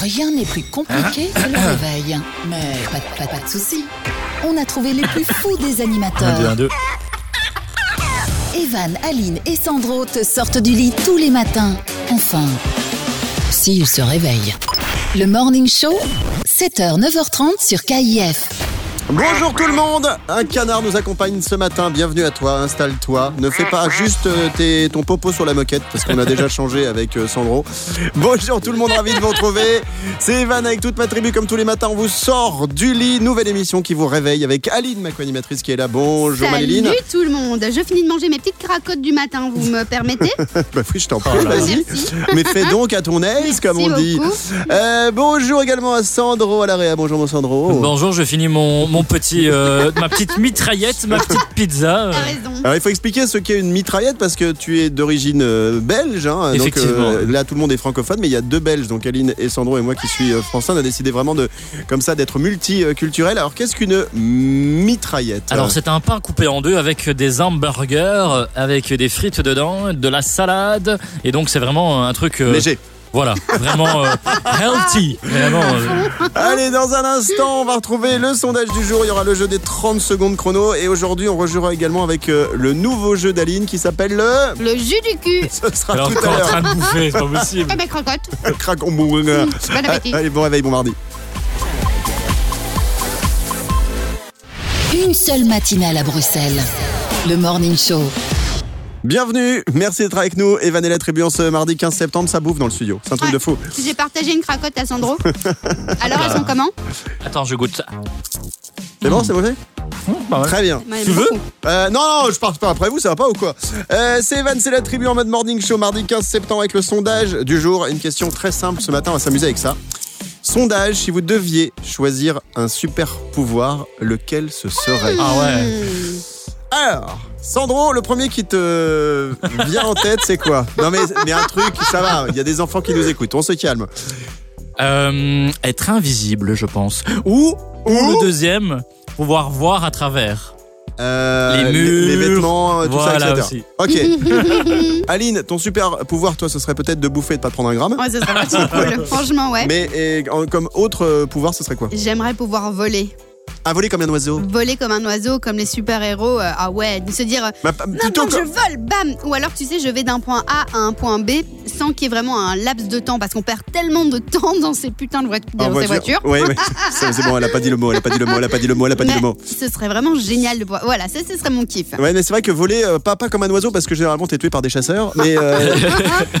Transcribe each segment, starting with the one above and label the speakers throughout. Speaker 1: Rien n'est plus compliqué que le réveil. Mais pas, de- pas- pas de soucis. On a trouvé les plus fous des
Speaker 2: Un, deux,
Speaker 1: animateurs.
Speaker 2: un, deux.
Speaker 1: Evan, Aline et Sandro te sortent du lit tous les matins. Enfin, s'ils se réveillent. Le Morning Show, 7h, 9h30 sur KIF.
Speaker 3: Bonjour tout le monde Un canard nous accompagne ce matin, bienvenue à toi, installe-toi. Ne fais pas juste euh, tes- ton popo sur la moquette, parce qu'on a déjà changé avec euh, Sandro. Bonjour tout le monde, ravi de vous retrouver. C'est Evan avec toute ma tribu, comme tous les matins, on vous sort du lit. Nouvelle émission qui vous réveille avec Aline, ma co-animatrice qui est là. Bonjour
Speaker 4: Salut
Speaker 3: Maléline.
Speaker 4: tout le monde. Je finis de manger mes petites cracottes du matin, vous me permettez
Speaker 3: Bah oui, je t'en prie, vas-y.
Speaker 4: Merci.
Speaker 3: Mais fais donc à ton aise, comme on
Speaker 4: Merci
Speaker 3: dit.
Speaker 4: beaucoup.
Speaker 3: Euh, bonjour également à Sandro à l'area. Bonjour mon Sandro.
Speaker 2: Oh. Bonjour, je finis mon, mon petit, euh, ma petite mitraillette, ma petite pizza. euh.
Speaker 4: T'as raison.
Speaker 3: Alors il faut expliquer ce qu'est une mitraillette parce que tu es d'origine euh, belge. hein, donc,
Speaker 2: Effectivement.
Speaker 3: euh, là tout le monde est francophone, mais il y a deux Belges, donc Aline et Sandro et moi qui suis euh, français, on a décidé vraiment de comme ça d'être multiculturel. Alors qu'est-ce qu'une mitraillette
Speaker 2: Alors c'est un pain coupé en deux avec des hamburgers, euh, avec des frites dedans, de la salade, et donc c'est vraiment un truc... euh,
Speaker 3: léger.
Speaker 2: Voilà, vraiment euh, healthy. Vraiment, euh,
Speaker 3: Allez, dans un instant, on va retrouver le sondage du jour. Il y aura le jeu des 30 secondes chrono. Et aujourd'hui, on rejouera également avec euh, le nouveau jeu d'Aline qui s'appelle le.
Speaker 4: Le jus du cul. Eh ben,
Speaker 3: Ce sera
Speaker 2: alors
Speaker 3: tout
Speaker 2: t'es
Speaker 3: à
Speaker 2: en
Speaker 3: l'heure.
Speaker 2: train de bouffer, c'est pas possible.
Speaker 4: Et mes crocottes.
Speaker 3: Crac, on bourre.
Speaker 4: Bon appétit.
Speaker 3: Allez, bon réveil, bon mardi.
Speaker 1: Une seule matinale à Bruxelles. Le Morning Show.
Speaker 3: Bienvenue, merci d'être avec nous. Evan et la tribu en ce mardi 15 septembre, ça bouffe dans le studio. C'est un truc
Speaker 4: Ouais.
Speaker 3: de fou.
Speaker 4: J'ai partagé une cracotte à Sandro. Alors elles sont comment
Speaker 2: Attends, je goûte ça.
Speaker 3: C'est bon, c'est mauvais Très bien.
Speaker 4: Moi, j'aime
Speaker 2: Tu veux
Speaker 4: beaucoup.
Speaker 3: Euh, non, non, je pars pas après vous, ça va pas ou quoi Euh, C'est Evan, c'est la tribu en mode morning show mardi 15 septembre avec le sondage du jour. Une question très simple ce matin, on va s'amuser avec ça. Sondage, si vous deviez choisir un super pouvoir, lequel ce serait
Speaker 2: Ah ouais.
Speaker 4: Hmm.
Speaker 3: Alors, Sandro, le premier qui te vient en tête, c'est quoi Non mais, mais un truc, ça va, il y a des enfants qui nous écoutent, on se calme.
Speaker 2: Euh, être invisible, je pense. Ou, ou le deuxième, pouvoir voir à travers.
Speaker 3: Euh,
Speaker 2: Les
Speaker 3: les
Speaker 2: murs,
Speaker 3: vêtements, Ah, euh, tout
Speaker 2: voilà
Speaker 3: ça, etc.
Speaker 2: aussi.
Speaker 4: Mm-hmm.
Speaker 3: Ok. Aline, ton super pouvoir, toi, ce serait peut-être de bouffer et de pas prendre un gramme.
Speaker 4: Ouais, ça serait vraiment cool. Franchement, ouais.
Speaker 3: Mais et, en- comme autre euh, pouvoir, ce serait quoi
Speaker 4: J'aimerais pouvoir voler.
Speaker 3: À voler comme un oiseau.
Speaker 4: Voler comme un oiseau, comme les super-héros. euh, ah ouais, de se dire euh,
Speaker 3: Bah, pa-
Speaker 4: Non,
Speaker 3: plutôt
Speaker 4: non, je
Speaker 3: que-
Speaker 4: vole, bam Ou alors, tu sais, je vais d'un point A à un point B sans qu'il y ait vraiment un laps de temps parce qu'on perd tellement de temps dans ces putains de voit-
Speaker 3: en
Speaker 4: dans ces voitures.
Speaker 3: Ouais, ouais. C'est c'est bon, elle a pas dit le mot, elle a pas dit le mot, elle a pas dit le mot, elle a pas dit
Speaker 4: Mais
Speaker 3: le mot.
Speaker 4: ce serait vraiment génial de pouvoir. Voilà, ça, ce serait mon kiff.
Speaker 3: Ouais, mais c'est vrai que voler, euh, pas, pas comme un oiseau, parce que généralement t'es tué par des chasseurs, mais, euh,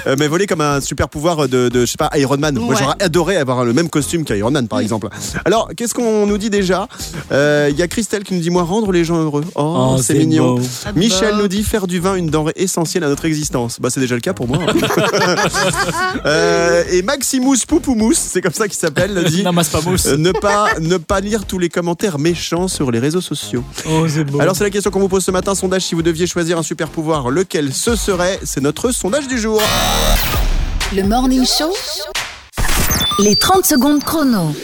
Speaker 3: euh, mais voler comme un super pouvoir de, de, je sais pas, Iron Man. Moi
Speaker 4: Ouais.
Speaker 3: j'aurais adoré avoir le même costume qu'Iron Man par exemple. Alors, qu'est-ce qu'on nous dit déjà Euh, Il y a Christelle qui nous dit Moi, rendre les gens heureux. Oh, c'est mignon.
Speaker 2: beau.
Speaker 4: Ah
Speaker 3: Michel
Speaker 4: bah.
Speaker 3: nous dit faire du vin une denrée essentielle à notre existence. Bah c'est déjà le cas pour moi. hein. Euh, et Maximus Poupoumous, c'est comme ça qu'il s'appelle, nous dit
Speaker 2: N'amasse pas mousse.
Speaker 3: euh, ne pas ne pas lire tous les commentaires méchants sur les réseaux sociaux.
Speaker 2: Oh, c'est beau.
Speaker 3: Alors c'est la question qu'on vous pose ce matin, sondage si vous deviez choisir un super pouvoir, lequel ce serait C'est notre sondage du jour.
Speaker 1: Le Morning Show. Les 30 secondes chrono.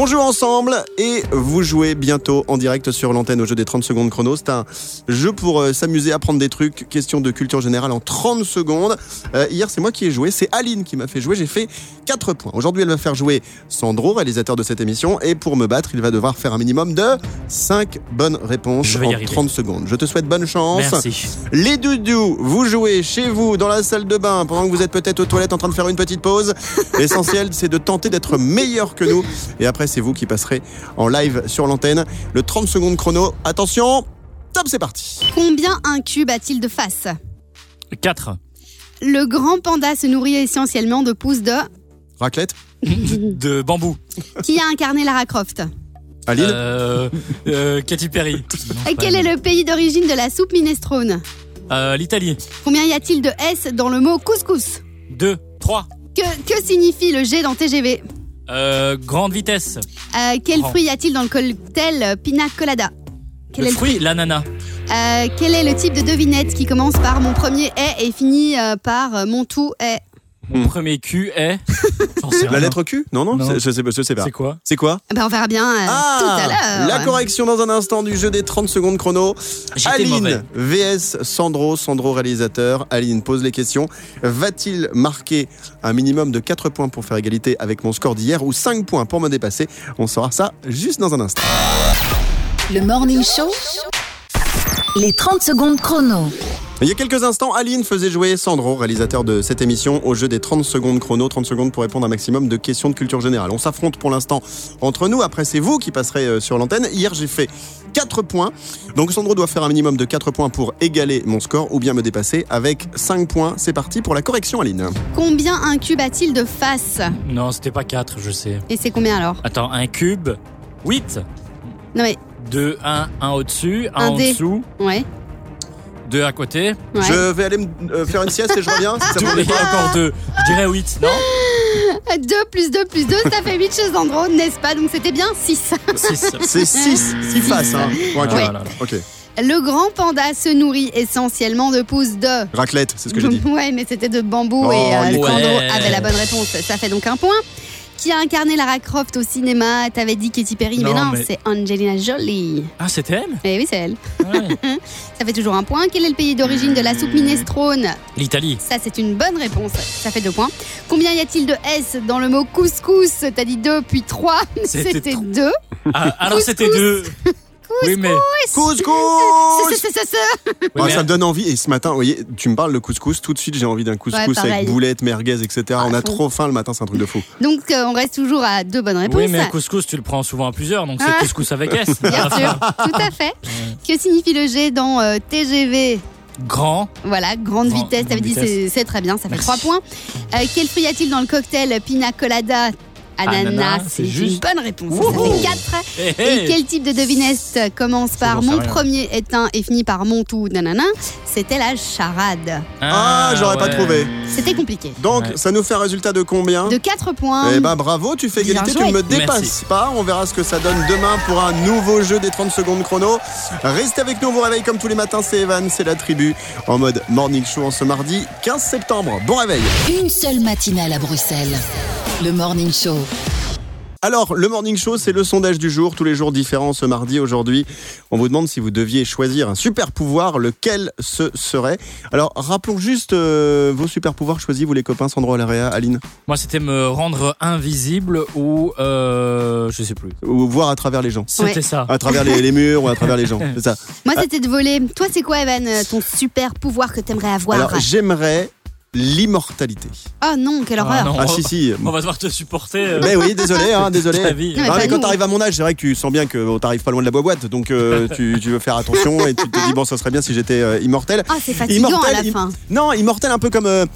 Speaker 3: On joue ensemble et vous jouez bientôt en direct sur l'antenne au jeu des 30 secondes chrono. C'est un jeu pour euh, s'amuser, apprendre des trucs, question de culture générale en 30 secondes. Euh, hier, c'est moi qui ai joué, c'est Aline qui m'a fait jouer, j'ai fait 4 points. Aujourd'hui, elle va faire jouer Sandro, réalisateur de cette émission, et pour me battre, il va devoir faire un minimum de 5 bonnes réponses
Speaker 2: Je vais y
Speaker 3: en
Speaker 2: arriver.
Speaker 3: 30 secondes. Je te souhaite bonne chance.
Speaker 2: Merci.
Speaker 3: Les doudous, vous jouez chez vous, dans la salle de bain, pendant que vous êtes peut-être aux toilettes en train de faire une petite pause. L'essentiel, c'est de tenter d'être meilleur que nous. Et après, c'est vous qui passerez en live sur l'antenne. Le 30 secondes chrono. Attention, top, c'est parti.
Speaker 4: Combien un cube a-t-il de face
Speaker 2: 4.
Speaker 4: Le grand panda se nourrit essentiellement de pousses de.
Speaker 3: Raclette,
Speaker 2: De bambou.
Speaker 4: Qui a incarné Lara Croft
Speaker 3: Aline,
Speaker 2: Euh, euh, Katy Perry.
Speaker 4: Et Quel est le pays d'origine de la soupe minestrone
Speaker 2: Euh, L'Italie.
Speaker 4: Combien y a-t-il de S dans le mot couscous
Speaker 2: 2. 3.
Speaker 4: que, que signifie le G dans TGV
Speaker 2: Euh, grande vitesse.
Speaker 4: Euh, Quel
Speaker 2: Oh.
Speaker 4: fruit y a-t-il dans le cocktail euh, Pina Colada Quel
Speaker 2: le
Speaker 4: est le-
Speaker 2: fruit, l'ananas.
Speaker 4: Euh, Quel est le type de devinette qui commence par mon premier est et finit euh, par euh, mon tout est
Speaker 2: Mon
Speaker 3: Hmm.
Speaker 2: premier cul est. J'en sais
Speaker 3: La
Speaker 2: rien.
Speaker 3: lettre Q Non, non,
Speaker 2: Non.
Speaker 3: c'est- je sais pas. Je sais pas.
Speaker 2: C'est quoi
Speaker 3: C'est quoi
Speaker 4: Bah, on verra bien euh, tout à l'heure.
Speaker 3: Ah, La correction dans un instant du jeu des 30 secondes chrono.
Speaker 2: J'étais mauvais.
Speaker 3: Aline, VS Sandro, Sandro réalisateur. Aline pose les questions. Va-t-il marquer un minimum de 4 points pour faire égalité avec mon score d'hier ou 5 points pour me dépasser On saura ça juste dans un instant.
Speaker 1: Le Morning Show, les 30 secondes chrono.
Speaker 3: Il y a quelques instants, Aline faisait jouer Sandro, réalisateur de cette émission, au jeu des 30 secondes chrono, 30 secondes pour répondre à un maximum de questions de culture générale. On s'affronte pour l'instant entre nous, après c'est vous qui passerez euh, sur l'antenne. Hier j'ai fait 4 points, donc Sandro doit faire un minimum de 4 points pour égaler mon score ou bien me dépasser avec 5 points. C'est parti pour la correction Aline.
Speaker 4: Combien un cube a-t-il de faces
Speaker 2: Non, c'était pas 4, je sais.
Speaker 4: Et c'est combien alors
Speaker 2: Attends, un cube. 8.
Speaker 4: Non mais,
Speaker 2: 2, 1, 1 au-dessus, 1
Speaker 4: Un
Speaker 2: en
Speaker 4: dé.
Speaker 2: dessous,
Speaker 4: ouais.
Speaker 2: 2 à côté.
Speaker 4: ouais.
Speaker 3: Je vais aller me euh, faire une sieste et je reviens. si ça
Speaker 2: Deux,
Speaker 3: vous
Speaker 2: il y
Speaker 3: plaît.
Speaker 2: a encore 2. Je dirais 8, non
Speaker 4: 2 plus 2 plus 2, ça fait 8 chez Sandro, n'est-ce pas Donc c'était bien 6.
Speaker 2: 6.
Speaker 3: C'est 6, 6 faces. Hein, pour un
Speaker 2: Ah
Speaker 3: cube.
Speaker 2: là là.
Speaker 3: Ok,
Speaker 4: Le grand panda se nourrit essentiellement de pousses de...
Speaker 3: raclette, c'est ce que j'ai dit.
Speaker 4: Ouais, mais c'était de bambou
Speaker 3: Oh,
Speaker 4: et euh,
Speaker 3: il est
Speaker 4: Sandro
Speaker 2: con.
Speaker 4: avait la bonne réponse. Ça fait donc un point. Qui a incarné Lara Croft au cinéma T'avais dit Katy Perry, mais
Speaker 2: Non,
Speaker 4: non,
Speaker 2: mais-
Speaker 4: c'est Angelina Jolie.
Speaker 2: Ah, c'était elle
Speaker 4: Eh oui, c'est elle.
Speaker 2: Ouais.
Speaker 4: Ça fait toujours un point. Quel est le pays d'origine de la soupe minestrone
Speaker 2: L'Italie.
Speaker 4: Ça, c'est une bonne réponse. Ça fait deux points. Combien y a-t-il de S dans le mot couscous T'as dit deux, puis trois.
Speaker 2: C'était
Speaker 4: C'était
Speaker 2: trois.
Speaker 4: deux.
Speaker 2: Ah, alors c'était 2.
Speaker 4: Couscous.
Speaker 2: Oui, mais.
Speaker 3: Couscous
Speaker 4: C'est- c'est- c'est- c'est-
Speaker 2: oui,
Speaker 3: Ah,
Speaker 2: mais-
Speaker 3: ça me donne envie. Et ce matin, vous voyez, tu me parles de couscous, tout de suite j'ai envie d'un couscous
Speaker 4: Ouais, pareil. Ah,
Speaker 3: avec boulettes, merguez, etc. On a
Speaker 4: fou.
Speaker 3: trop faim le matin, c'est un truc de fou.
Speaker 4: Donc, euh, on reste toujours à deux bonnes réponses.
Speaker 2: Oui, mais un couscous, tu le prends souvent à plusieurs, donc c'est
Speaker 4: Ah.
Speaker 2: couscous avec S.
Speaker 4: Bien sûr, tout à fait. Que signifie le G dans euh, TGV
Speaker 2: Grand.
Speaker 4: Voilà, grande
Speaker 2: Grand-
Speaker 4: vitesse.
Speaker 2: grande
Speaker 4: T'avais dit c'est
Speaker 2: vitesse.
Speaker 4: c'est très bien, ça fait
Speaker 2: Merci.
Speaker 4: trois points. Euh, quel fruit y a-t-il dans le cocktail Pina Colada Ananas,
Speaker 2: Ananas,
Speaker 4: c'est
Speaker 2: c'est
Speaker 4: une
Speaker 2: juste.
Speaker 4: bonne réponse. Ça
Speaker 2: Wouhou.
Speaker 4: fait quatre.
Speaker 2: Hey,
Speaker 4: Et
Speaker 2: hey.
Speaker 4: quel type de devinette commence par
Speaker 2: j'en sais
Speaker 4: mon
Speaker 2: rien.
Speaker 4: premier est un et finit par mon tout nanana C'était la charade.
Speaker 3: Ah, j'aurais pas
Speaker 2: ouais.
Speaker 3: trouvé.
Speaker 4: C'était compliqué.
Speaker 3: Donc,
Speaker 2: Ouais.
Speaker 3: ça nous fait un résultat de combien
Speaker 4: De 4 points.
Speaker 3: Eh ben bravo, tu fais
Speaker 4: Bien
Speaker 3: égalité, tu
Speaker 4: joué.
Speaker 3: ne me dépasses
Speaker 2: Merci.
Speaker 3: pas. On verra ce que ça donne demain pour un nouveau jeu des 30 secondes chrono. Restez avec nous, on vous réveille comme tous les matins, c'est Evan, c'est la tribu, en mode morning show en ce mardi 15 septembre. Bon réveil
Speaker 1: Une seule matinale à Bruxelles. Le Morning Show.
Speaker 3: Alors, le morning show, c'est le sondage du jour, tous les jours différents ce mardi. Aujourd'hui, on vous demande si vous deviez choisir un super pouvoir, lequel ce serait. Alors, rappelons juste euh, vos super pouvoirs choisis, vous les copains, Sandro Alaria, Aline,
Speaker 2: Moi, c'était me rendre invisible ou. Euh, je sais plus.
Speaker 3: ou voir à travers les gens.
Speaker 2: C'était
Speaker 4: Ouais. Ah,
Speaker 2: ça.
Speaker 3: À travers les, les murs ou à travers les gens, c'est ça.
Speaker 4: Moi, c'était de voler. Toi, c'est quoi, Evan, euh, ton super pouvoir que t'aimerais avoir
Speaker 3: Alors, j'aimerais l'immortalité.
Speaker 4: Oh non, quelle
Speaker 2: Ah
Speaker 4: horreur.
Speaker 2: non.
Speaker 3: Ah si, si.
Speaker 2: On va devoir te supporter. euh,
Speaker 3: Mais oui, désolé, hein, désolé.
Speaker 2: ta vie.
Speaker 4: Non, mais
Speaker 3: Non,
Speaker 4: pas
Speaker 3: mais quand
Speaker 4: nous.
Speaker 3: t'arrives à mon âge, c'est vrai que tu sens bien que euh, t'arrives pas loin de la boîte, donc euh, tu, tu veux faire attention et tu te dis bon, ça serait bien si j'étais euh, immortel.
Speaker 4: Ah, c'est fatigant
Speaker 3: Immortel,
Speaker 4: à la
Speaker 3: im-
Speaker 4: fin.
Speaker 3: Non, immortel un peu comme euh,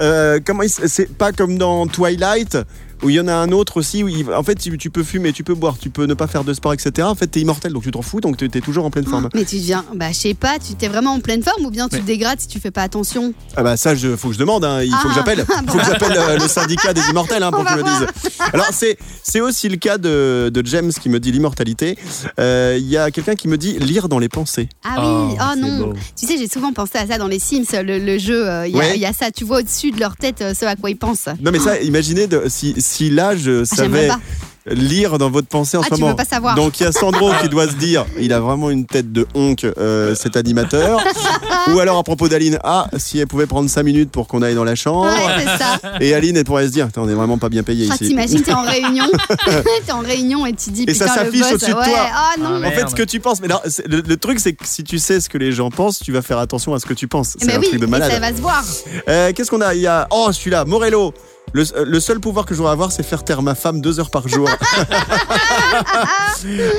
Speaker 3: euh, comment il s- c'est pas comme dans Twilight où il y en a un autre aussi où il- en fait tu, tu peux fumer, tu peux boire, tu peux ne pas faire de sport, etc. En fait, t'es immortel donc tu t'en fous donc t'es t'es toujours en pleine forme.
Speaker 4: Mais tu deviens, bah je sais pas, tu t'es vraiment en pleine forme ou bien tu
Speaker 2: Mais-
Speaker 4: te dégrades si tu fais pas attention.
Speaker 3: Ah bah ça, je, faut que je demande, hein, il faut
Speaker 4: Ah,
Speaker 3: que j'appelle, faut que j'appelle euh, le syndicat des immortels hein,
Speaker 4: On
Speaker 3: pour
Speaker 4: va
Speaker 3: qu'ils me
Speaker 4: voir.
Speaker 3: disent. Alors c'est c'est aussi le cas de, de James qui me dit l'immortalité. Euh, Il y a quelqu'un qui me dit lire dans les pensées.
Speaker 4: Ah oui, oh,
Speaker 2: c'est
Speaker 4: non.
Speaker 2: beau.
Speaker 4: Tu sais, j'ai souvent pensé à ça dans les Sims, le, le jeu, euh, il y a-
Speaker 3: Ouais.
Speaker 4: il y, a ça, tu vois au-dessus de leur tête euh, ce à quoi ils pensent.
Speaker 3: Non mais ça, imaginez de- si si là je
Speaker 4: Ah,
Speaker 3: savais
Speaker 4: j'aimerais pas.
Speaker 3: lire dans votre pensée en
Speaker 4: Ah,
Speaker 3: ce
Speaker 4: tu
Speaker 3: moment.
Speaker 4: veux pas savoir.
Speaker 3: Donc il y a Sandro qui doit se dire, il a vraiment une tête de honk euh, cet animateur. Ou alors à propos d'Aline, ah si elle pouvait prendre 5 minutes pour qu'on aille dans la chambre.
Speaker 4: Ouais, c'est ça.
Speaker 3: Et Aline elle pourrait se dire, Attends, on est vraiment pas bien payé
Speaker 4: Ah,
Speaker 3: ici.
Speaker 4: T'imagines, t'es en réunion, t'es en réunion et tu dis
Speaker 3: Et ça
Speaker 4: putain le
Speaker 3: s'affiche
Speaker 4: boss,
Speaker 3: au-dessus de
Speaker 4: ouais,
Speaker 3: toi.
Speaker 4: Ah non.
Speaker 2: Ah,
Speaker 3: En
Speaker 2: Merde.
Speaker 3: fait, ce que tu penses, mais non, c'est- le, le truc, c'est que si tu sais ce que les gens pensent, tu vas faire attention à ce que tu penses. C'est
Speaker 4: mais
Speaker 3: un
Speaker 4: Eh ben oui,
Speaker 3: truc de
Speaker 4: et ça
Speaker 3: malade.
Speaker 4: va se voir.
Speaker 3: Euh, Qu'est-ce qu'on a Il y a oh celui-là, Morello. Le, euh, le seul pouvoir que je voudrais avoir, c'est faire taire ma femme deux heures par jour.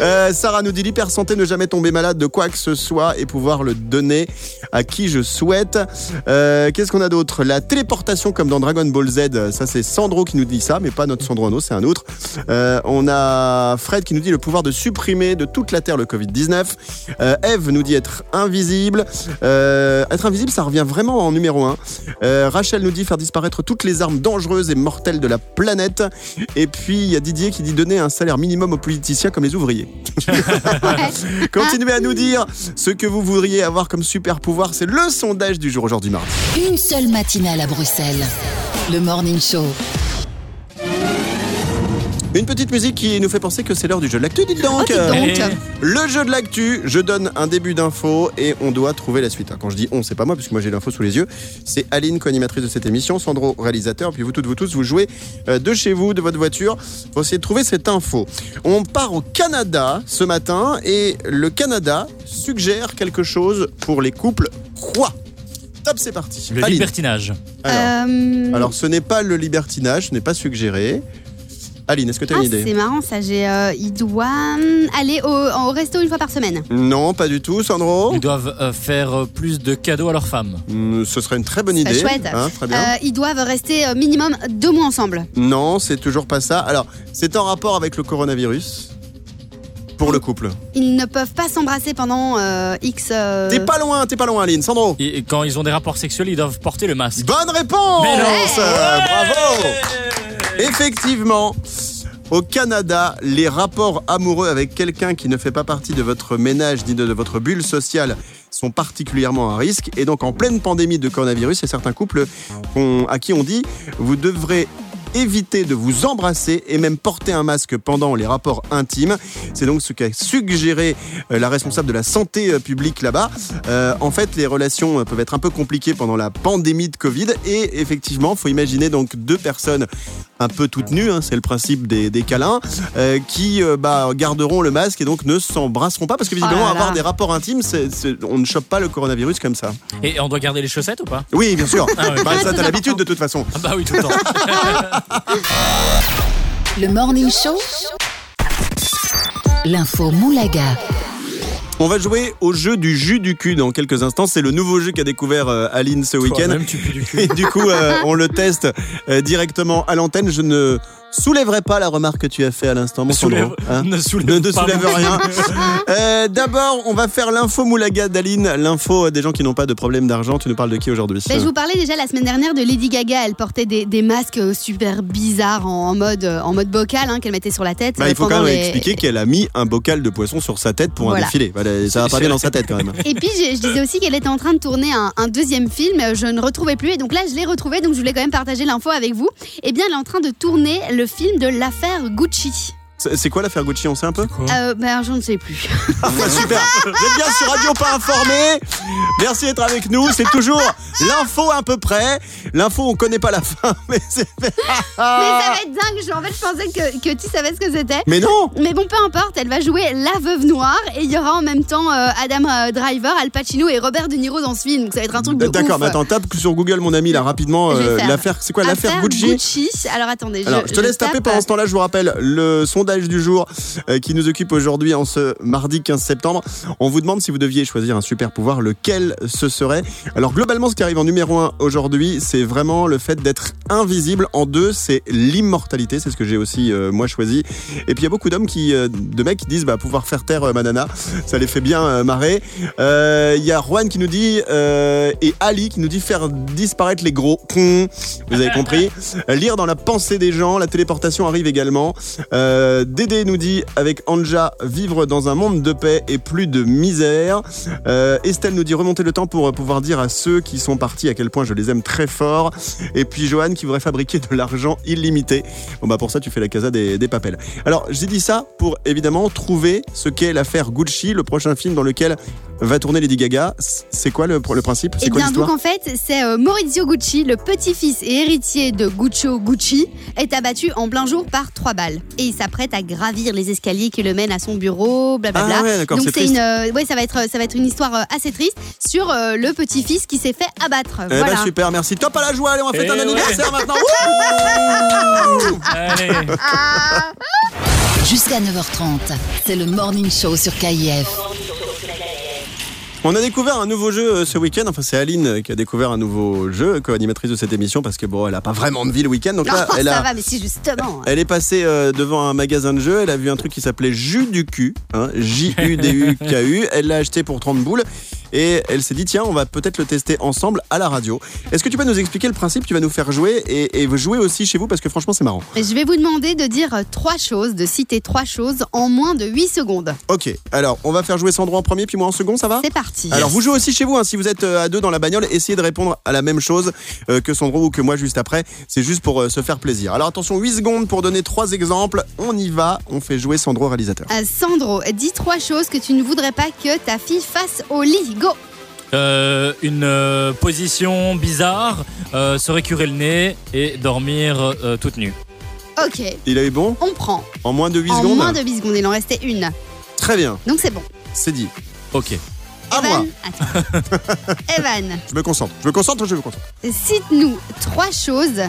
Speaker 3: Euh, Sarah nous dit l'hyper santé, ne jamais tomber malade de quoi que ce soit et pouvoir le donner à qui je souhaite. Euh, Qu'est-ce qu'on a d'autre La téléportation comme dans Dragon Ball Z. Ça c'est Sandro qui nous dit ça, mais pas notre Sandrono, c'est un autre. Euh, on a Fred qui nous dit le pouvoir de supprimer de toute la terre le Covid 19. Eve nous dit être invisible. Euh, être invisible, ça revient vraiment en numéro 1. Euh, Rachel nous dit faire disparaître toutes les armes dangereuses et mortelles de la planète. Et puis, il y a Didier qui dit donner un salaire minimum aux politiciens comme les ouvriers. Continuez à nous dire ce que vous voudriez avoir comme super pouvoir. C'est le sondage du jour aujourd'hui, mardi.
Speaker 1: Une seule matinale à Bruxelles. le Morning Show.
Speaker 3: Une petite musique qui nous fait penser que c'est l'heure du jeu de l'actu, dites donc.
Speaker 4: Ah, dites donc.
Speaker 2: Et-
Speaker 3: Le jeu de l'actu, je donne un début d'info et on doit trouver la suite. Alors, Quand je dis on, c'est pas moi, puisque moi j'ai l'info sous les yeux. C'est Aline, co-animatrice de cette émission, Sandro, réalisateur, puis vous toutes, vous tous, vous jouez euh, de chez vous, de votre voiture, pour essayer de trouver cette info. On part au Canada ce matin et le Canada suggère quelque chose pour les couples. Quoi Top, c'est parti.
Speaker 2: Le
Speaker 3: Aline.
Speaker 2: libertinage.
Speaker 3: Alors,
Speaker 4: Euh,
Speaker 3: alors, ce n'est pas le libertinage, ce n'est pas suggéré. Aline, est-ce que tu as
Speaker 4: ah,
Speaker 3: une idée
Speaker 4: c'est marrant ça. J'ai, euh, il doit hum, aller au, au resto une fois par semaine.
Speaker 3: Non, pas du tout, Sandro.
Speaker 2: Ils doivent euh, faire euh, plus de cadeaux à leurs femmes.
Speaker 3: Mm, Ce serait une très bonne
Speaker 4: Ce serait
Speaker 3: idée.
Speaker 4: chouette.
Speaker 3: hein, très bien.
Speaker 4: Euh, ils doivent rester euh, minimum deux mois ensemble.
Speaker 3: Non, c'est toujours pas ça. Alors, c'est en rapport avec le coronavirus pour le couple.
Speaker 4: Ils ne peuvent pas s'embrasser pendant euh, X. euh,
Speaker 3: T'es pas loin, t'es pas loin, Aline. Sandro.
Speaker 2: Et et quand ils ont des rapports sexuels, ils doivent porter le masque.
Speaker 3: Bonne réponse.
Speaker 2: Mais non.
Speaker 3: Euh, Bravo. Effectivement. Au Canada, les rapports amoureux avec quelqu'un qui ne fait pas partie de votre ménage ni de, de votre bulle sociale sont particulièrement à risque. Et donc, en pleine pandémie de coronavirus, il y a certains couples qu'on- à qui on dit vous devrez éviter de vous embrasser et même porter un masque pendant les rapports intimes. C'est donc ce qu'a suggéré euh, la responsable de la santé euh, publique là-bas. Euh, en fait, les relations euh, peuvent être un peu compliquées pendant la pandémie de Covid et effectivement, faut imaginer donc deux personnes un peu toutes nues, hein, c'est le principe des, des câlins, euh, qui euh, bah, garderont le masque et donc ne s'embrasseront pas parce que visiblement
Speaker 4: Oh là là.
Speaker 3: avoir des rapports intimes, c'est- c'est- on ne chope pas le coronavirus comme ça.
Speaker 2: Et on doit garder les chaussettes ou pas
Speaker 3: Oui, bien sûr.
Speaker 2: Ah oui.
Speaker 3: Bah, ça,
Speaker 4: Très
Speaker 3: t'as l'habitude
Speaker 4: important.
Speaker 3: de toute façon.
Speaker 2: Ah Bah oui, tout le temps.
Speaker 1: Le Morning Show. L'info Moulaga.
Speaker 3: On va jouer au jeu du jus du cul dans quelques instants. C'est le nouveau jeu qu'a découvert euh, Aline ce week-end.
Speaker 2: Toi-même, tu pues du cul.
Speaker 3: Et du coup, euh, on le teste euh, directement à l'antenne. Je ne soulèverai pas la remarque que tu as fait à l'instant. mon
Speaker 2: Soulève-
Speaker 3: Sandro, hein.
Speaker 2: ne soulève,
Speaker 3: ne, ne
Speaker 2: pas
Speaker 3: soulève
Speaker 2: mon-
Speaker 3: rien. Euh, D'abord, on va faire l'info Moulaga d'Aline, l'info euh, des gens qui n'ont pas de problème d'argent. Tu nous parles de qui aujourd'hui
Speaker 4: Ben, je vous parlais déjà la semaine dernière de Lady Gaga. Elle portait des, des masques euh, super bizarres en, en mode, euh, en mode bocal hein, qu'elle mettait sur la tête.
Speaker 3: Bah,
Speaker 4: euh,
Speaker 3: il faut quand
Speaker 4: pendant
Speaker 3: même
Speaker 4: les-
Speaker 3: expliquer qu'elle a mis un bocal de poisson sur sa tête pour
Speaker 4: Voilà.
Speaker 3: un défilé. Voilà, ça va pas bien dans sa tête quand même.
Speaker 4: Et puis je, je disais aussi qu'elle était en train de tourner un, un deuxième film. euh, Je ne retrouvais plus. Et donc là, je l'ai retrouvé. Donc je voulais quand même partager l'info avec vous. Eh bien, elle est en train de tourner le film de l'affaire Gucci.
Speaker 3: C'est c'est quoi l'affaire Gucci On sait un peu
Speaker 4: Euh, ben, je ne sais plus.
Speaker 3: Ah, Super Vous êtes bien sur Radio Pas Informé Merci d'être avec nous. C'est toujours l'info à peu près. L'info, on connaît pas la fin, mais c'est. Ah.
Speaker 4: Mais ça va être dingue. Je- En fait, je pensais que, que tu savais ce que c'était.
Speaker 3: Mais non
Speaker 4: Mais bon, peu importe, elle va jouer la veuve noire et il y aura en même temps euh, Adam euh, Driver, Al Pacino et Robert De Niro dans ce film. Donc ça va être un truc de
Speaker 3: D'accord,
Speaker 4: ouf.
Speaker 3: mais attends, tape sur Google, mon ami, là, rapidement.
Speaker 4: Je vais
Speaker 3: euh,
Speaker 4: faire.
Speaker 3: L'affaire, c'est quoi l'affaire
Speaker 4: Affaire
Speaker 3: Gucci
Speaker 4: Alors attendez,
Speaker 3: Alors, je te laisse taper
Speaker 4: tape.
Speaker 3: pendant ce temps-là. Je vous rappelle le sondage du jour euh, qui nous occupe aujourd'hui en ce mardi 15 septembre. On vous demande si vous deviez choisir un super pouvoir, lequel ce serait. Alors, globalement, ce qui arrive en numéro 1 aujourd'hui, c'est vraiment le fait d'être invisible. En deux, c'est l'immortalité. C'est ce que j'ai aussi, euh, moi, choisi. Et puis, il y a beaucoup d'hommes qui, euh, de mecs qui disent, bah, pouvoir faire taire euh, ma nana. Ça les fait bien euh, marrer. Euh, Il y a Juan qui nous dit, euh, et Ali qui nous dit faire disparaître les gros cons. Vous avez compris. Lire dans la pensée des gens, la téléportation arrive également. Euh, Dédé nous dit avec Anja, vivre dans un monde de paix et plus de misère. Euh, Estelle nous dit remonter le temps pour euh, pouvoir dire à ceux qui sont partis à quel point je les aime très fort. Et puis Johan qui voudrait fabriquer de l'argent illimité. Bon bah pour ça tu fais la casa des, des papels. Alors j'ai dit ça pour évidemment trouver ce qu'est l'affaire Gucci, le prochain film dans lequel va tourner Lady Gaga. C'est quoi le, le principe
Speaker 4: Et
Speaker 3: C'est quoi
Speaker 4: Eh bien
Speaker 3: l'histoire
Speaker 4: donc en fait, c'est euh, Maurizio Gucci, le petit-fils et héritier de Guccio Gucci, est abattu en plein jour par trois balles. Et il s'apprête à gravir les escaliers qui le mènent à son bureau, blablabla.
Speaker 3: Ah ouais, d'accord,
Speaker 4: donc
Speaker 3: c'est
Speaker 4: c'est
Speaker 3: triste.
Speaker 4: une, euh, ouais, ça va être, ça va être une histoire euh, assez triste sur euh, le petit-fils qui s'est fait abattre.
Speaker 3: Eh
Speaker 4: voilà.
Speaker 3: ben super, merci. Top à la joie, allez, on va
Speaker 2: Eh
Speaker 3: fêter un
Speaker 2: ouais.
Speaker 3: anniversaire maintenant. Wouh
Speaker 2: Allez.
Speaker 1: Jusqu'à 9h30, c'est le Morning Show sur KIF.
Speaker 3: On a découvert un nouveau jeu euh, ce week-end. Enfin, c'est Aline euh, qui a découvert un nouveau jeu, co-animatrice de cette émission, parce que bon, elle a pas vraiment de vie le week-end. Donc
Speaker 4: Oh,
Speaker 3: là, elle
Speaker 4: ça
Speaker 3: a.
Speaker 4: va, mais si justement. hein.
Speaker 3: Elle est passée euh, devant un magasin de jeux, elle a vu un truc qui s'appelait Jus du cul, hein, J-U-D-U-K-U, elle l'a acheté pour 30 boules, Et elle s'est dit, tiens, on va peut-être le tester ensemble à la radio. Est-ce que tu peux nous expliquer le principe Tu vas nous faire jouer et, et jouer aussi chez vous parce que franchement, c'est marrant.
Speaker 4: Je vais vous demander de dire euh, trois choses, de citer trois choses en moins de 8 secondes.
Speaker 3: Ok, alors on va faire jouer Sandro en premier, puis moi en second, ça va
Speaker 4: C'est parti.
Speaker 3: Alors vous jouez aussi chez vous, hein, si vous êtes euh, à deux dans la bagnole, essayez de répondre à la même chose euh, que Sandro ou que moi juste après. C'est juste pour euh, se faire plaisir. Alors attention, 8 secondes pour donner trois exemples. On y va, on fait jouer Sandro réalisateur.
Speaker 4: Euh, Sandro, dis trois choses que tu ne voudrais pas que ta fille fasse au lit. Go
Speaker 2: Euh, une euh, position bizarre, euh, se récurer le nez et dormir euh, toute nue.
Speaker 4: Ok,
Speaker 3: Il a eu bon
Speaker 4: on prend.
Speaker 3: En moins de 8
Speaker 4: en
Speaker 3: secondes
Speaker 4: moins de 8 secondes, il en restait une.
Speaker 3: Très bien,
Speaker 4: Donc c'est bon.
Speaker 3: c'est dit.
Speaker 2: Ok.
Speaker 3: À moi,
Speaker 4: Evan, attends. Evan,
Speaker 3: je me concentre, je me concentre, je me concentre.
Speaker 4: cite-nous trois choses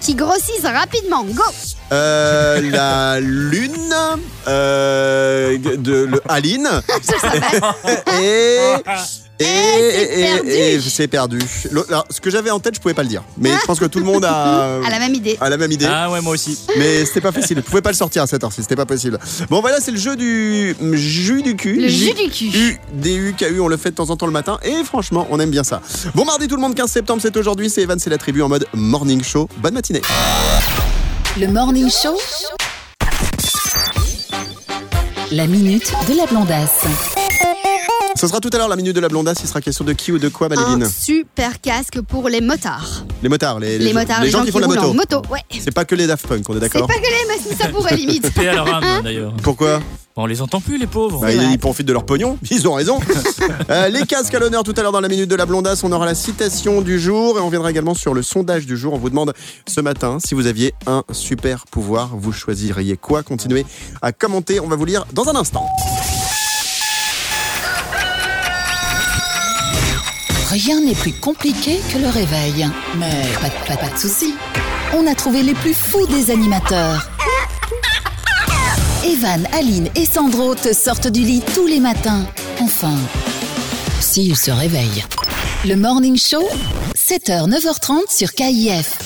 Speaker 4: qui grossissent rapidement. Go
Speaker 3: Euh, la lune, euh, de le, Aline,
Speaker 4: Je savais. Eh,
Speaker 3: et... Et,
Speaker 4: c'est perdu.
Speaker 3: et c'est perdu. L'autre- alors, ce que j'avais en tête, je pouvais pas le dire. Mais je pense que tout le monde a,
Speaker 4: À la même idée.
Speaker 3: a la même idée.
Speaker 2: Ah ouais, moi aussi.
Speaker 3: Mais c'était pas facile. Je pouvais pas le sortir à cette heure-ci. C'était pas possible. Bon, voilà, c'est le jeu du mm, jus du cul.
Speaker 4: Le
Speaker 3: J-
Speaker 4: jus du cul.
Speaker 3: U, D, U, K, U, on le fait de temps en temps le matin et franchement, on aime bien ça. Bon mardi tout le monde, 15 septembre, c'est aujourd'hui, c'est Evan, c'est la tribu en mode morning show. Bonne matinée.
Speaker 1: Le Morning Show. La minute de la blondasse.
Speaker 3: Ce sera tout à l'heure la minute de la blondasse, il sera question de qui ou de quoi, Maléline
Speaker 4: Un super casque pour les motards.
Speaker 3: Les motards, les,
Speaker 4: Ah. Les,
Speaker 3: gens-
Speaker 4: motards,
Speaker 3: les gens qui font la
Speaker 4: roulent
Speaker 3: moto.
Speaker 4: en moto. Ouais.
Speaker 3: C'est pas que les Daft Punk, on est
Speaker 4: C'est
Speaker 3: d'accord
Speaker 4: pas que les mais ça pourrait limite.
Speaker 2: Paix à leur âme hein, d'ailleurs.
Speaker 3: Pourquoi
Speaker 2: On les entend plus les pauvres.
Speaker 3: Bah, ils,
Speaker 4: vrai.
Speaker 3: ils profitent de leur pognon, ils ont raison. Euh, les casques à l'honneur tout à l'heure dans la minute de la blondasse, on aura la citation du jour et on viendra également sur le sondage du jour. On vous demande ce matin si vous aviez un super pouvoir, vous choisiriez quoi Continuez à commenter, on va vous lire dans un instant.
Speaker 1: Rien n'est plus compliqué que le réveil. Mais pas, de- pas- pas de soucis. On a trouvé les plus fous des animateurs. Evan, Aline et Sandro te sortent du lit tous les matins. Enfin, s'ils se réveillent. Le Morning Show, 7h, 9h30 sur KIF.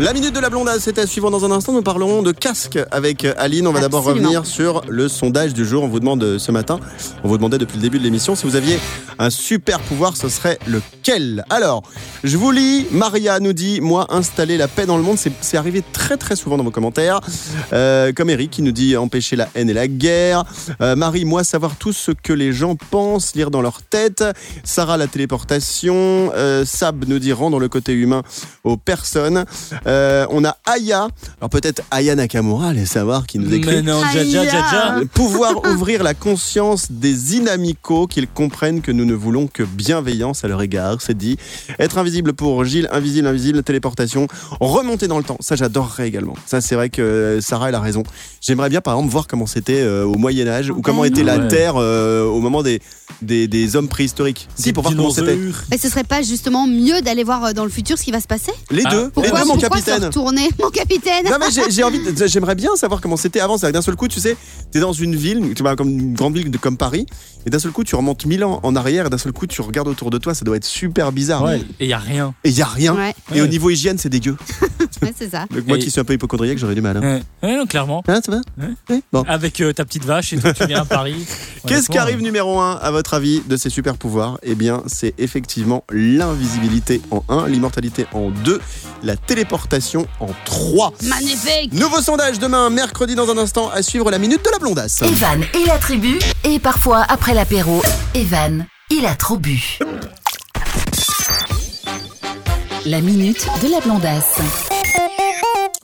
Speaker 3: La minute de la blondasse est à suivre dans un instant. Nous parlerons de casque avec Aline. On va d'abord
Speaker 4: Absolument.
Speaker 3: revenir sur le sondage du jour. On vous demande euh, ce matin, on vous demandait depuis le début de l'émission si vous aviez un super pouvoir, ce serait lequel Alors, je vous lis. Maria nous dit Moi, installer la paix dans le monde, c'est c'est arrivé très très souvent dans vos commentaires. Euh, comme Eric qui nous dit empêcher la haine et la guerre. Euh, Marie, moi, savoir tout ce que les gens pensent, lire dans leur tête. Sarah, la téléportation. Euh, Sab nous dit rendre le côté humain aux personnes. Euh, on a Aya. Alors peut-être Aya Nakamura, allez savoir, qui nous
Speaker 2: Mais
Speaker 3: écrit.
Speaker 2: non, ja, ja, ja, ja.
Speaker 3: Pouvoir ouvrir la conscience des inamicaux, qu'ils comprennent que nous ne voulons que bienveillance à leur égard, c'est dit. Être invisible pour Gilles, invisible, invisible, téléportation, remonter dans le temps, ça j'adorerais également. Ça c'est vrai que euh, Sarah elle a raison. J'aimerais bien par exemple voir comment c'était euh, au Moyen Âge ou comment
Speaker 4: Ben
Speaker 3: était la
Speaker 2: non. Ouais.
Speaker 3: Terre euh, au moment des, des, des hommes préhistoriques. Si,
Speaker 2: Des
Speaker 3: pour voir comment c'était.
Speaker 2: dinosaures.
Speaker 4: Mais ce serait pas justement mieux d'aller voir euh, dans le futur ce qui va se passer
Speaker 3: Les
Speaker 2: Ah.
Speaker 3: deux, les
Speaker 4: Pourquoi,
Speaker 3: deux mon
Speaker 4: pourquoi se
Speaker 3: capitaine.
Speaker 4: retourner, mon capitaine
Speaker 3: Non mais j'ai- j'ai envie, de- j'aimerais bien savoir comment c'était avant. C'est-à-dire que D'un seul coup, tu sais, t'es dans une ville, tu vas comme une grande ville de- comme Paris, et d'un seul coup, tu remontes mille ans en arrière, et d'un seul coup, tu regardes autour de toi, ça doit être super bizarre.
Speaker 2: Ouais, et il a rien.
Speaker 3: Et il y a rien.
Speaker 4: Ouais,
Speaker 3: Et au
Speaker 2: Ouais.
Speaker 3: niveau hygiène, c'est dégueu.
Speaker 4: ouais, c'est ça.
Speaker 3: Donc moi
Speaker 2: Et-
Speaker 3: qui suis un peu hypochondriaque, j'aurais du mal. Hein.
Speaker 2: Ouais, Ouais, non, clairement.
Speaker 3: Hein, ça va
Speaker 2: Ouais.
Speaker 3: Oui Bon.
Speaker 2: Avec euh, ta petite vache et tout, tu viens à Paris.
Speaker 3: Qu'est-ce qui
Speaker 2: Honnêtement, euh,
Speaker 3: arrive numéro 1 à votre avis de ces super pouvoirs Eh bien, c'est effectivement l'invisibilité en 1, l'immortalité en 2, la téléportation en 3.
Speaker 4: Magnifique
Speaker 3: Nouveau sondage demain, mercredi dans un instant, à suivre la minute de la blondasse.
Speaker 1: Evan et la tribu. Et parfois, après l'apéro, Evan, il a trop bu. La minute de la blondasse.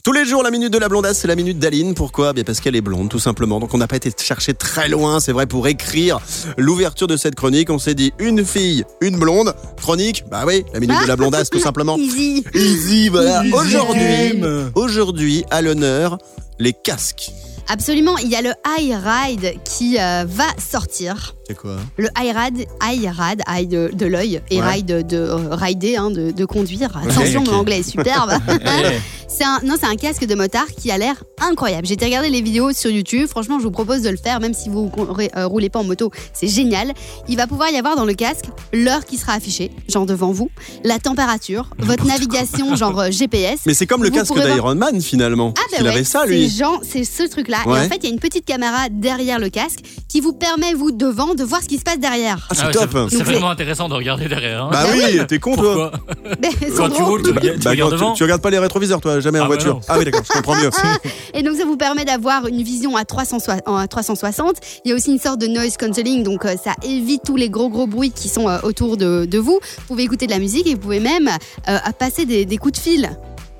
Speaker 3: Tous les jours, la minute de la blondasse, c'est la minute d'Aline. Pourquoi Eh Bien parce qu'elle est blonde, tout simplement. Donc on n'a pas été chercher très loin, c'est vrai, pour écrire l'ouverture de cette chronique. On s'est dit une fille, une blonde, chronique. Bah oui, la minute de la blondasse, tout simplement.
Speaker 4: Easy
Speaker 3: Easy, voilà.
Speaker 2: Easy
Speaker 3: Aujourd'hui,
Speaker 2: game.
Speaker 3: aujourd'hui, à l'honneur, les casques.
Speaker 4: Absolument, il y a le High Ride qui euh, va sortir.
Speaker 3: C'est quoi
Speaker 4: Le High Ride, High Ride, High de, de l'œil et
Speaker 3: Ouais.
Speaker 4: Ride de, euh, rider, hein, de, de conduire. Attention,
Speaker 3: ok.
Speaker 4: mon anglais est superbe.
Speaker 3: Ah,
Speaker 2: Eh,
Speaker 4: c'est un, non, c'est un casque de motard qui a l'air incroyable. J'ai été regarder les vidéos sur YouTube. Franchement, je vous propose de le faire, même si vous ne roulez pas en moto. C'est génial. Il va pouvoir y avoir dans le casque l'heure qui sera affichée, genre devant vous, la température, votre navigation, genre euh, GPS.
Speaker 3: Mais c'est comme le
Speaker 4: Vous
Speaker 3: casque
Speaker 4: pourrez voir-
Speaker 3: d'Iron Man, finalement.
Speaker 4: Ah bah
Speaker 3: Il
Speaker 4: ouais,
Speaker 3: avait ça,
Speaker 4: c'est
Speaker 3: lui.
Speaker 4: genre- c'est ce truc-là. Et
Speaker 3: Ouais.
Speaker 4: en fait, il y a une petite caméra derrière le casque qui vous permet, vous, devant, de voir ce qui se passe derrière.
Speaker 3: Ah, c'est
Speaker 2: Ah ouais,
Speaker 3: top.
Speaker 2: c'est- C'est
Speaker 4: Donc,
Speaker 2: vraiment intéressant de regarder derrière. hein.
Speaker 3: Bah oui, t'es con toi.
Speaker 2: Pourquoi
Speaker 4: Ben,
Speaker 2: Quand tu
Speaker 4: Sandro.
Speaker 2: roules, tu,
Speaker 3: Bah,
Speaker 2: regardes- tu
Speaker 3: bah,
Speaker 2: regardes
Speaker 3: non, tu-
Speaker 2: devant.
Speaker 3: tu regardes pas les rétroviseurs toi, jamais en
Speaker 2: Ah, bah
Speaker 3: voiture.
Speaker 2: non.
Speaker 3: ah oui d'accord, je comprends mieux.
Speaker 4: Et donc ça vous permet d'avoir une vision à 360, à 360. Il y a aussi une sorte de noise cancelling, donc euh, ça évite tous les gros gros bruits qui sont euh, autour de, de vous. Vous pouvez écouter de la musique et vous pouvez même euh, à passer des, des coups de fil.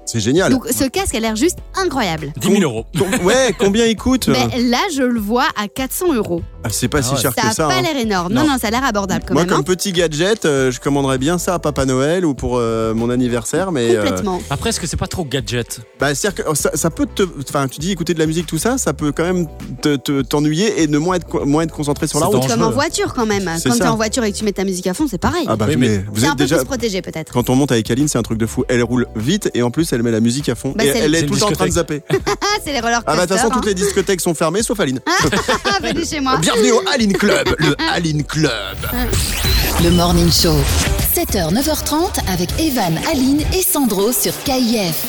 Speaker 3: C'est génial.
Speaker 4: Donc ce casque a l'air juste incroyable.
Speaker 2: 10 000 euros.
Speaker 3: Com- ouais, combien il coûte
Speaker 4: Mais là, je le vois à 400 euros.
Speaker 3: Ah, C'est pas
Speaker 2: Ah
Speaker 3: si
Speaker 2: ouais.
Speaker 3: cher
Speaker 4: Ça
Speaker 3: que
Speaker 4: a
Speaker 3: ça.
Speaker 4: pas
Speaker 3: hein.
Speaker 4: l'air énorme. Non.
Speaker 3: Non.
Speaker 4: non, ça a l'air abordable quand
Speaker 3: Moi,
Speaker 4: même.
Speaker 3: comme
Speaker 4: hein.
Speaker 3: petit gadget, euh, je commanderais bien ça à Papa Noël ou pour euh, mon anniversaire, mais euh,
Speaker 4: Complètement.
Speaker 2: Après, est-ce que c'est pas trop gadget
Speaker 3: bah, c'est-à-dire que oh, ça, ça peut te, enfin, tu dis écouter de la musique, tout ça, ça peut quand même te- te- t'ennuyer et ne moins être, co- moins être concentré sur la
Speaker 2: C'est
Speaker 3: route.
Speaker 2: dangereux.
Speaker 4: Comme en voiture quand même.
Speaker 3: C'est
Speaker 4: Quand t'es
Speaker 3: ça.
Speaker 4: en voiture et que tu mets ta musique à fond, c'est pareil.
Speaker 3: Ah bah
Speaker 2: Oui,
Speaker 3: oui,
Speaker 2: mais-
Speaker 3: mais vous
Speaker 4: c'est un
Speaker 3: êtes
Speaker 4: peu
Speaker 3: déjà.
Speaker 4: plus protégé peut-être.
Speaker 3: Quand on monte avec Aline, c'est un truc de fou. Elle roule vite et en plus elle met la musique à fond.
Speaker 4: Bah,
Speaker 3: et
Speaker 4: c'est-
Speaker 3: elle est
Speaker 2: C'est
Speaker 3: tout
Speaker 2: une
Speaker 3: le temps en train de zapper.
Speaker 4: Ah, c'est hein. les roller
Speaker 3: Ah bah de toute façon,
Speaker 4: coasters,
Speaker 3: toutes les discothèques sont fermées sauf Aline.
Speaker 4: hein. Venez chez moi.
Speaker 3: Bienvenue au Aline Club, le
Speaker 4: Ah.
Speaker 3: Aline Club.
Speaker 1: Le Morning Show. 7h, 9h30 avec Evan, Aline et Sandro sur KIF.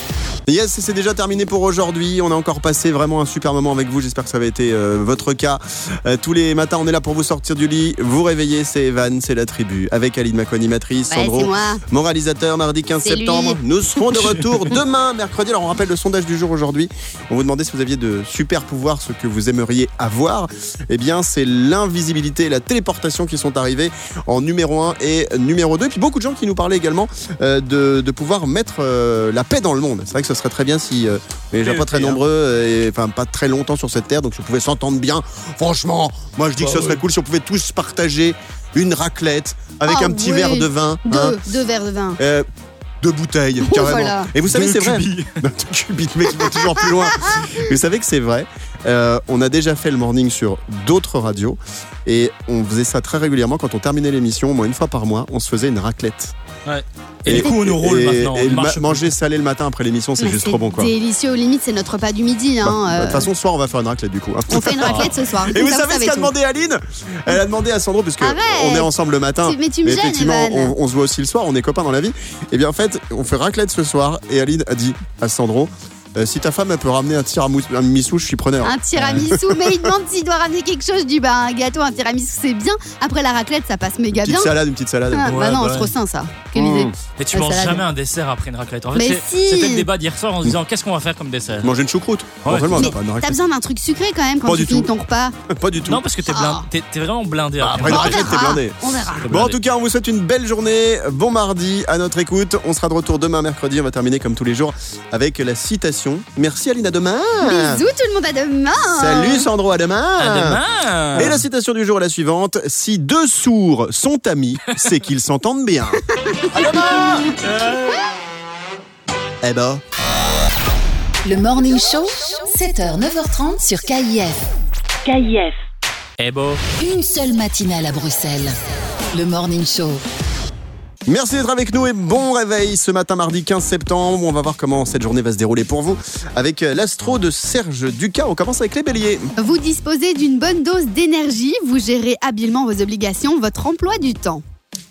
Speaker 3: Yes, c'est déjà terminé pour aujourd'hui. On a encore passé vraiment un super moment avec vous. J'espère que ça avait été euh, votre cas. Euh, tous les matins, on est là pour vous sortir du lit, vous réveiller. C'est Evan, c'est la tribu. Avec Aline, ma co-animatrice,
Speaker 4: Ouais,
Speaker 3: Sandro,
Speaker 4: c'est moi.
Speaker 3: mon réalisateur, mardi 15
Speaker 4: C'est
Speaker 3: septembre. Nous serons de retour demain, mercredi. Alors, on rappelle le sondage du jour aujourd'hui. On vous demandait si vous aviez de super pouvoirs, ce que vous aimeriez avoir. Eh bien, c'est l'invisibilité et la téléportation qui sont arrivés en numéro 1 et numéro 2. Et puis, beaucoup de gens qui nous parlaient également euh, de, de pouvoir mettre euh, la paix dans le monde. C'est vrai que ce serait très bien si euh, les gens pas très nombreux euh, et enfin pas très longtemps sur cette terre, donc si on pouvait s'entendre bien. Franchement, moi je dis que ce serait cool si on pouvait tous partager une raclette avec
Speaker 4: Ah
Speaker 3: un petit
Speaker 4: oui.
Speaker 3: verre de vin.
Speaker 4: Deux,
Speaker 3: hein.
Speaker 4: deux verres de vin.
Speaker 3: Euh, deux bouteilles, carrément.
Speaker 4: Oh, voilà.
Speaker 3: Et vous savez,
Speaker 2: Deux
Speaker 3: c'est vrai.
Speaker 2: cubis.
Speaker 3: Non, deux cubits, mais qui vont toujours plus loin. Vous savez que c'est vrai. Euh, on a déjà fait le morning sur d'autres radios et on faisait ça très régulièrement quand on terminait l'émission, au moins une fois par mois, on se faisait une raclette.
Speaker 2: Et, du coup, on nous roule
Speaker 3: et-
Speaker 2: maintenant.
Speaker 3: et
Speaker 2: on
Speaker 3: le ma-
Speaker 2: marche
Speaker 3: manger salé le matin après l'émission, c'est
Speaker 4: Mais
Speaker 3: juste trop bon quoi.
Speaker 4: Bah, Délicieux, aux limites, c'est notre repas du midi.
Speaker 3: Bah,
Speaker 4: hein,
Speaker 3: bah, De toute
Speaker 4: Ah, euh,
Speaker 3: façon, ce soir, on va faire une raclette du coup. hein.
Speaker 4: on fait une raclette ce soir.
Speaker 3: Et vous
Speaker 4: Ça, Ah
Speaker 3: savez ce qu'a
Speaker 4: tout.
Speaker 3: demandé Aline Elle a demandé à Sandro, parce que
Speaker 4: Arrête
Speaker 3: on est ensemble le matin.
Speaker 4: Tu- Mais tu
Speaker 3: hein.
Speaker 4: me
Speaker 3: Mais
Speaker 4: gênes,
Speaker 3: effectivement,
Speaker 4: Evan.
Speaker 3: on, on se voit aussi le soir, on est copains dans la vie. Et bien en fait, on fait raclette ce soir et Aline a dit à Sandro euh, si ta femme elle peut ramener un tiramisu, un missou, je suis preneur.
Speaker 4: Un tiramisu, mais il demande s'il doit ramener quelque chose. Je dis bah un gâteau, un tiramisu, c'est bien. Après la raclette, ça passe
Speaker 3: une
Speaker 4: méga
Speaker 3: petite
Speaker 4: bien.
Speaker 3: salade, une petite salade.
Speaker 4: Ah, bah
Speaker 2: Ouais,
Speaker 4: non,
Speaker 2: bah
Speaker 4: c'est
Speaker 2: ouais.
Speaker 4: trop sain ça. Quelle
Speaker 3: Mmh.
Speaker 4: idée.
Speaker 2: Mais tu
Speaker 4: Ouais,
Speaker 2: manges
Speaker 4: Ah, ça va
Speaker 2: jamais
Speaker 4: bien.
Speaker 2: un dessert après une raclette. En
Speaker 4: Mais
Speaker 2: fait, c'est-
Speaker 4: si.
Speaker 2: c'était le débat d'hier soir en se disant qu'est-ce qu'on va faire comme dessert
Speaker 3: Manger une choucroute.
Speaker 2: Ouais.
Speaker 3: Normalement, on
Speaker 4: Mais
Speaker 3: a pas une
Speaker 4: T'as
Speaker 3: raclette.
Speaker 4: besoin d'un truc sucré quand même quand
Speaker 3: Pas
Speaker 4: tu
Speaker 3: du
Speaker 4: finis
Speaker 3: tout.
Speaker 4: ton repas.
Speaker 3: Pas du tout.
Speaker 2: Non, parce que t'es blindé-
Speaker 4: Ah.
Speaker 2: t'es t'es vraiment blindé.
Speaker 3: Bah,
Speaker 2: après.
Speaker 3: après, une
Speaker 4: On
Speaker 3: raclette, t'es
Speaker 4: verra.
Speaker 3: blindé.
Speaker 4: On verra.
Speaker 2: T'es
Speaker 3: Bon, en
Speaker 2: blindé.
Speaker 3: tout cas, on vous souhaite une belle journée. Bon mardi à notre écoute. On sera de retour demain, mercredi. On va terminer comme tous les jours avec la citation. Merci Aline, à demain.
Speaker 4: Bisous tout le monde à demain.
Speaker 3: Ah. Salut Sandro, à demain.
Speaker 2: À demain
Speaker 3: Et la citation du jour est la suivante Si deux sourds sont amis, c'est qu'ils s'entendent bien. À demain Eh ben.
Speaker 1: Le Morning Show, 7h, 9h30 sur KIF.
Speaker 5: KIF.
Speaker 2: Eh bon.
Speaker 1: Une seule matinale à Bruxelles. Le Morning Show.
Speaker 3: Merci d'être avec nous et bon réveil ce matin mardi 15 septembre. On va voir comment cette journée va se dérouler pour vous avec euh, l'astro de Serge Ducas. On commence avec les béliers.
Speaker 4: Vous disposez d'une bonne dose d'énergie, vous gérez habilement vos obligations, votre emploi du temps.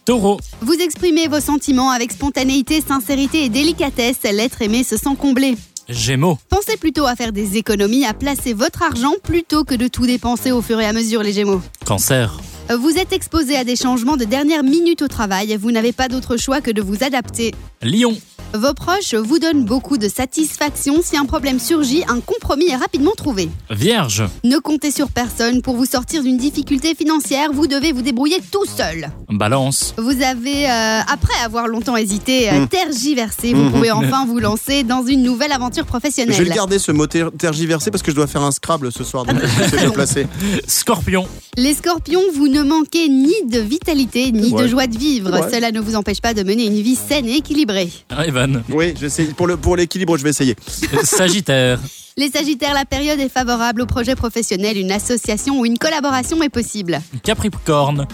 Speaker 2: Taureau,
Speaker 4: Vous exprimez vos sentiments avec spontanéité, sincérité et délicatesse. L'être aimé se sent comblé.
Speaker 2: Gémeaux,
Speaker 4: Pensez plutôt à faire des économies, à placer votre argent plutôt que de tout dépenser au fur et à mesure, les Gémeaux.
Speaker 2: Cancer,
Speaker 4: Vous êtes exposé à des changements de dernière minute au travail. Vous n'avez pas d'autre choix que de vous adapter.
Speaker 2: Lion,
Speaker 4: Vos proches vous donnent beaucoup de satisfaction. Si un problème surgit, un compromis est rapidement trouvé.
Speaker 2: Vierge,
Speaker 4: Ne comptez sur personne pour vous sortir d'une difficulté financière. Vous devez vous débrouiller tout seul.
Speaker 2: Balance,
Speaker 4: Vous avez, euh, après avoir longtemps hésité,
Speaker 3: Hmm.
Speaker 4: euh, tergiversé, vous pouvez enfin vous lancer dans une nouvelle aventure
Speaker 3: Je vais le
Speaker 4: professionnelle.
Speaker 3: garder ce mot ter- tergiversé parce que je dois faire un Scrabble ce soir. Donc c'est bien placé.
Speaker 2: Scorpion,
Speaker 4: Les scorpions, vous ne manquez ni de vitalité, ni de
Speaker 3: Ouais.
Speaker 4: joie de vivre.
Speaker 3: Ouais.
Speaker 4: Cela ne vous empêche pas de mener une vie saine et équilibrée.
Speaker 2: Evan,
Speaker 3: Oui, j'essaie. Pour le- pour l'équilibre, je vais essayer.
Speaker 2: Sagittaire,
Speaker 4: Les sagittaires, la période est favorable au projet professionnel. Une association ou une collaboration est possible.
Speaker 2: Capricorne,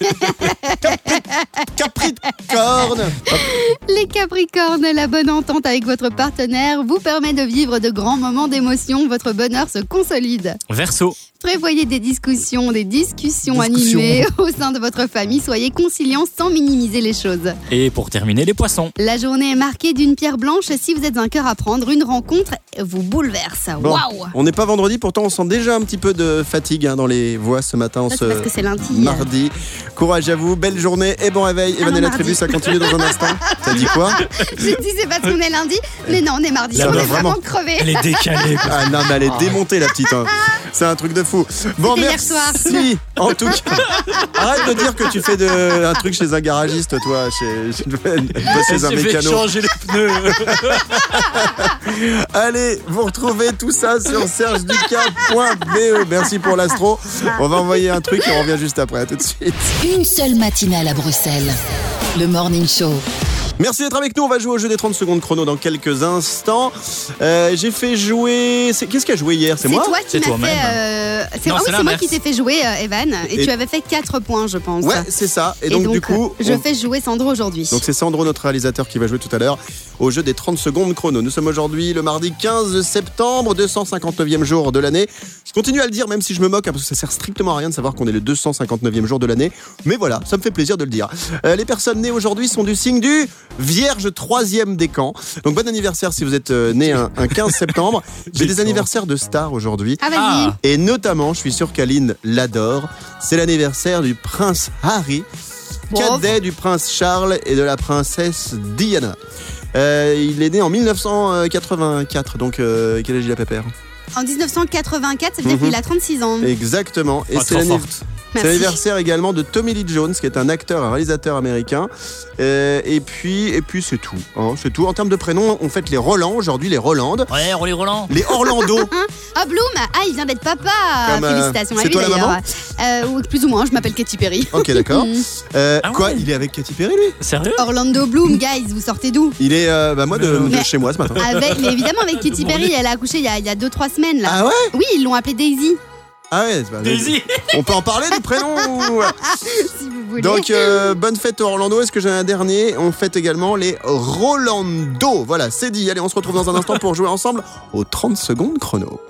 Speaker 3: Capricorne
Speaker 4: Les capricornes, la bonne entente avec votre partenaire vous permet de vivre de grands moments d'émotion. Votre bonheur se consolide.
Speaker 2: Verseau,
Speaker 4: Prévoyez des discussions, des discussions
Speaker 2: Discussions.
Speaker 4: animées au sein de votre famille. Soyez conciliants sans minimiser les choses.
Speaker 2: et pour terminer, les poissons.
Speaker 4: La journée est marquée d'une pierre blanche. Si vous êtes un cœur à prendre, une rencontre vous bouleverse.
Speaker 3: Bon.
Speaker 4: Waouh
Speaker 3: On n'est pas vendredi, pourtant on sent déjà un petit peu de fatigue hein, dans les voix ce matin,
Speaker 4: Ça,
Speaker 3: ce
Speaker 4: c'est parce que c'est lundi.
Speaker 3: mardi. Courage à vous, belle journée et bon réveil.
Speaker 4: Ah
Speaker 3: Evan
Speaker 4: non,
Speaker 3: et la
Speaker 4: mardi.
Speaker 3: tribu, ça continue dans un instant. T'as dit quoi
Speaker 4: J'ai dit c'est parce qu'on est lundi, mais non, on est mardi.
Speaker 2: Là,
Speaker 4: on
Speaker 2: bah,
Speaker 4: est vraiment,
Speaker 2: vraiment.
Speaker 4: crevés.
Speaker 2: Elle est décalée. quoi.
Speaker 3: Ah non, mais elle est démontée la petite. hein. C'est un truc de fou. Bon,
Speaker 4: C'était hier
Speaker 3: merci.
Speaker 4: soir.
Speaker 3: En tout cas, arrête de dire que tu fais de, un truc chez un garagiste, toi, chez, chez, chez un
Speaker 2: Elle s'est fait
Speaker 3: mécano.
Speaker 2: changer les pneus.
Speaker 3: Allez, vous retrouvez tout ça sur sergeducas.be. E. Merci pour l'astro. On va envoyer un truc et on revient juste après. À tout de suite.
Speaker 1: Une seule matinale à Bruxelles. Le Morning Show.
Speaker 3: Merci d'être avec nous. On va jouer au jeu des 30 secondes chrono dans quelques instants. Euh, J'ai fait jouer. c'est- Qu'est-ce qui a joué hier C'est
Speaker 4: C'est
Speaker 3: moi
Speaker 4: toi qui
Speaker 2: C'est
Speaker 4: m'as
Speaker 2: toi-même.
Speaker 4: fait. euh, C'est
Speaker 2: Non,
Speaker 4: ah oui,
Speaker 2: c'est
Speaker 4: c'est moi
Speaker 2: l'inverse.
Speaker 4: qui t'ai fait jouer, euh, Evan, et,
Speaker 3: Et-
Speaker 4: tu avais fait 4 points, je pense.
Speaker 3: Ouais, c'est ça. Et donc, du coup.
Speaker 4: je
Speaker 3: on-
Speaker 4: fais jouer Sandro aujourd'hui.
Speaker 3: Donc c'est Sandro, notre réalisateur, qui va jouer tout à l'heure au jeu des 30 secondes chrono. Nous sommes aujourd'hui le mardi 15 septembre, 259e jour de l'année. Je continue à le dire, même si je me moque, hein, parce que ça sert strictement à rien de savoir qu'on est le 259e jour de l'année. Mais voilà, ça me fait plaisir de le dire. Euh, les personnes nées aujourd'hui sont du signe du Vierge troisième des camps. Donc bon anniversaire si vous êtes euh, né un, un 15 septembre. J'ai des
Speaker 2: J'ai
Speaker 3: anniversaires de stars aujourd'hui.
Speaker 4: Ah, vas-y.
Speaker 2: Ah.
Speaker 3: Et notamment, je suis sûr qu'Aline l'adore, c'est l'anniversaire du prince Harry,
Speaker 4: Bon.
Speaker 3: cadet du prince Charles et de la princesse Diana. Euh, il est né en 1984, donc euh, quel âge il a pépère
Speaker 4: En 1984, ça veut dire
Speaker 3: Mhm.
Speaker 4: qu'il a 36 ans.
Speaker 3: Exactement. Et
Speaker 2: Pas
Speaker 3: c'est
Speaker 2: trop
Speaker 3: l'anniv-
Speaker 2: forte.
Speaker 3: c'est
Speaker 4: Mm. Merci.
Speaker 3: l'anniversaire également de Tommy Lee Jones, qui est un acteur, un réalisateur américain. Euh, et puis, et puis c'est tout. hein, c'est tout. En termes de prénoms, on fête les Roland aujourd'hui, les Rolandes,
Speaker 2: Ouais, Rolly Roland.
Speaker 3: les Orlando.
Speaker 4: Oh, Bloom Ah, il vient d'être papa
Speaker 3: Comme, euh,
Speaker 4: Félicitations à
Speaker 3: c'est
Speaker 4: lui
Speaker 3: toi la
Speaker 4: d'ailleurs. Euh, ou- plus ou moins, je m'appelle Katy Perry.
Speaker 3: ok, d'accord.
Speaker 4: Mm.
Speaker 3: Euh,
Speaker 2: Ah
Speaker 3: Quoi
Speaker 2: ouais.
Speaker 3: Il est avec Katy Perry, lui
Speaker 2: Sérieux
Speaker 4: Orlando Bloom, guys, vous sortez d'où
Speaker 3: Il est, euh, bah, moi, de, de
Speaker 4: Mais-
Speaker 3: chez moi ce matin.
Speaker 4: avec, mais évidemment avec Katy Perry, elle a accouché il y a 2-3 semaines là.
Speaker 3: Ah ouais
Speaker 4: Oui, ils l'ont appelée Daisy,
Speaker 3: Ah ouais, c'est pas-
Speaker 2: Daisy.
Speaker 3: On peut en parler des prénoms ou-
Speaker 4: si vous voulez.
Speaker 3: Donc, euh, bonne fête Orlando. Est-ce que j'ai un dernier On fête également les Rolando. Voilà, c'est dit. Allez, on se retrouve dans un instant pour jouer ensemble aux 30 secondes chrono.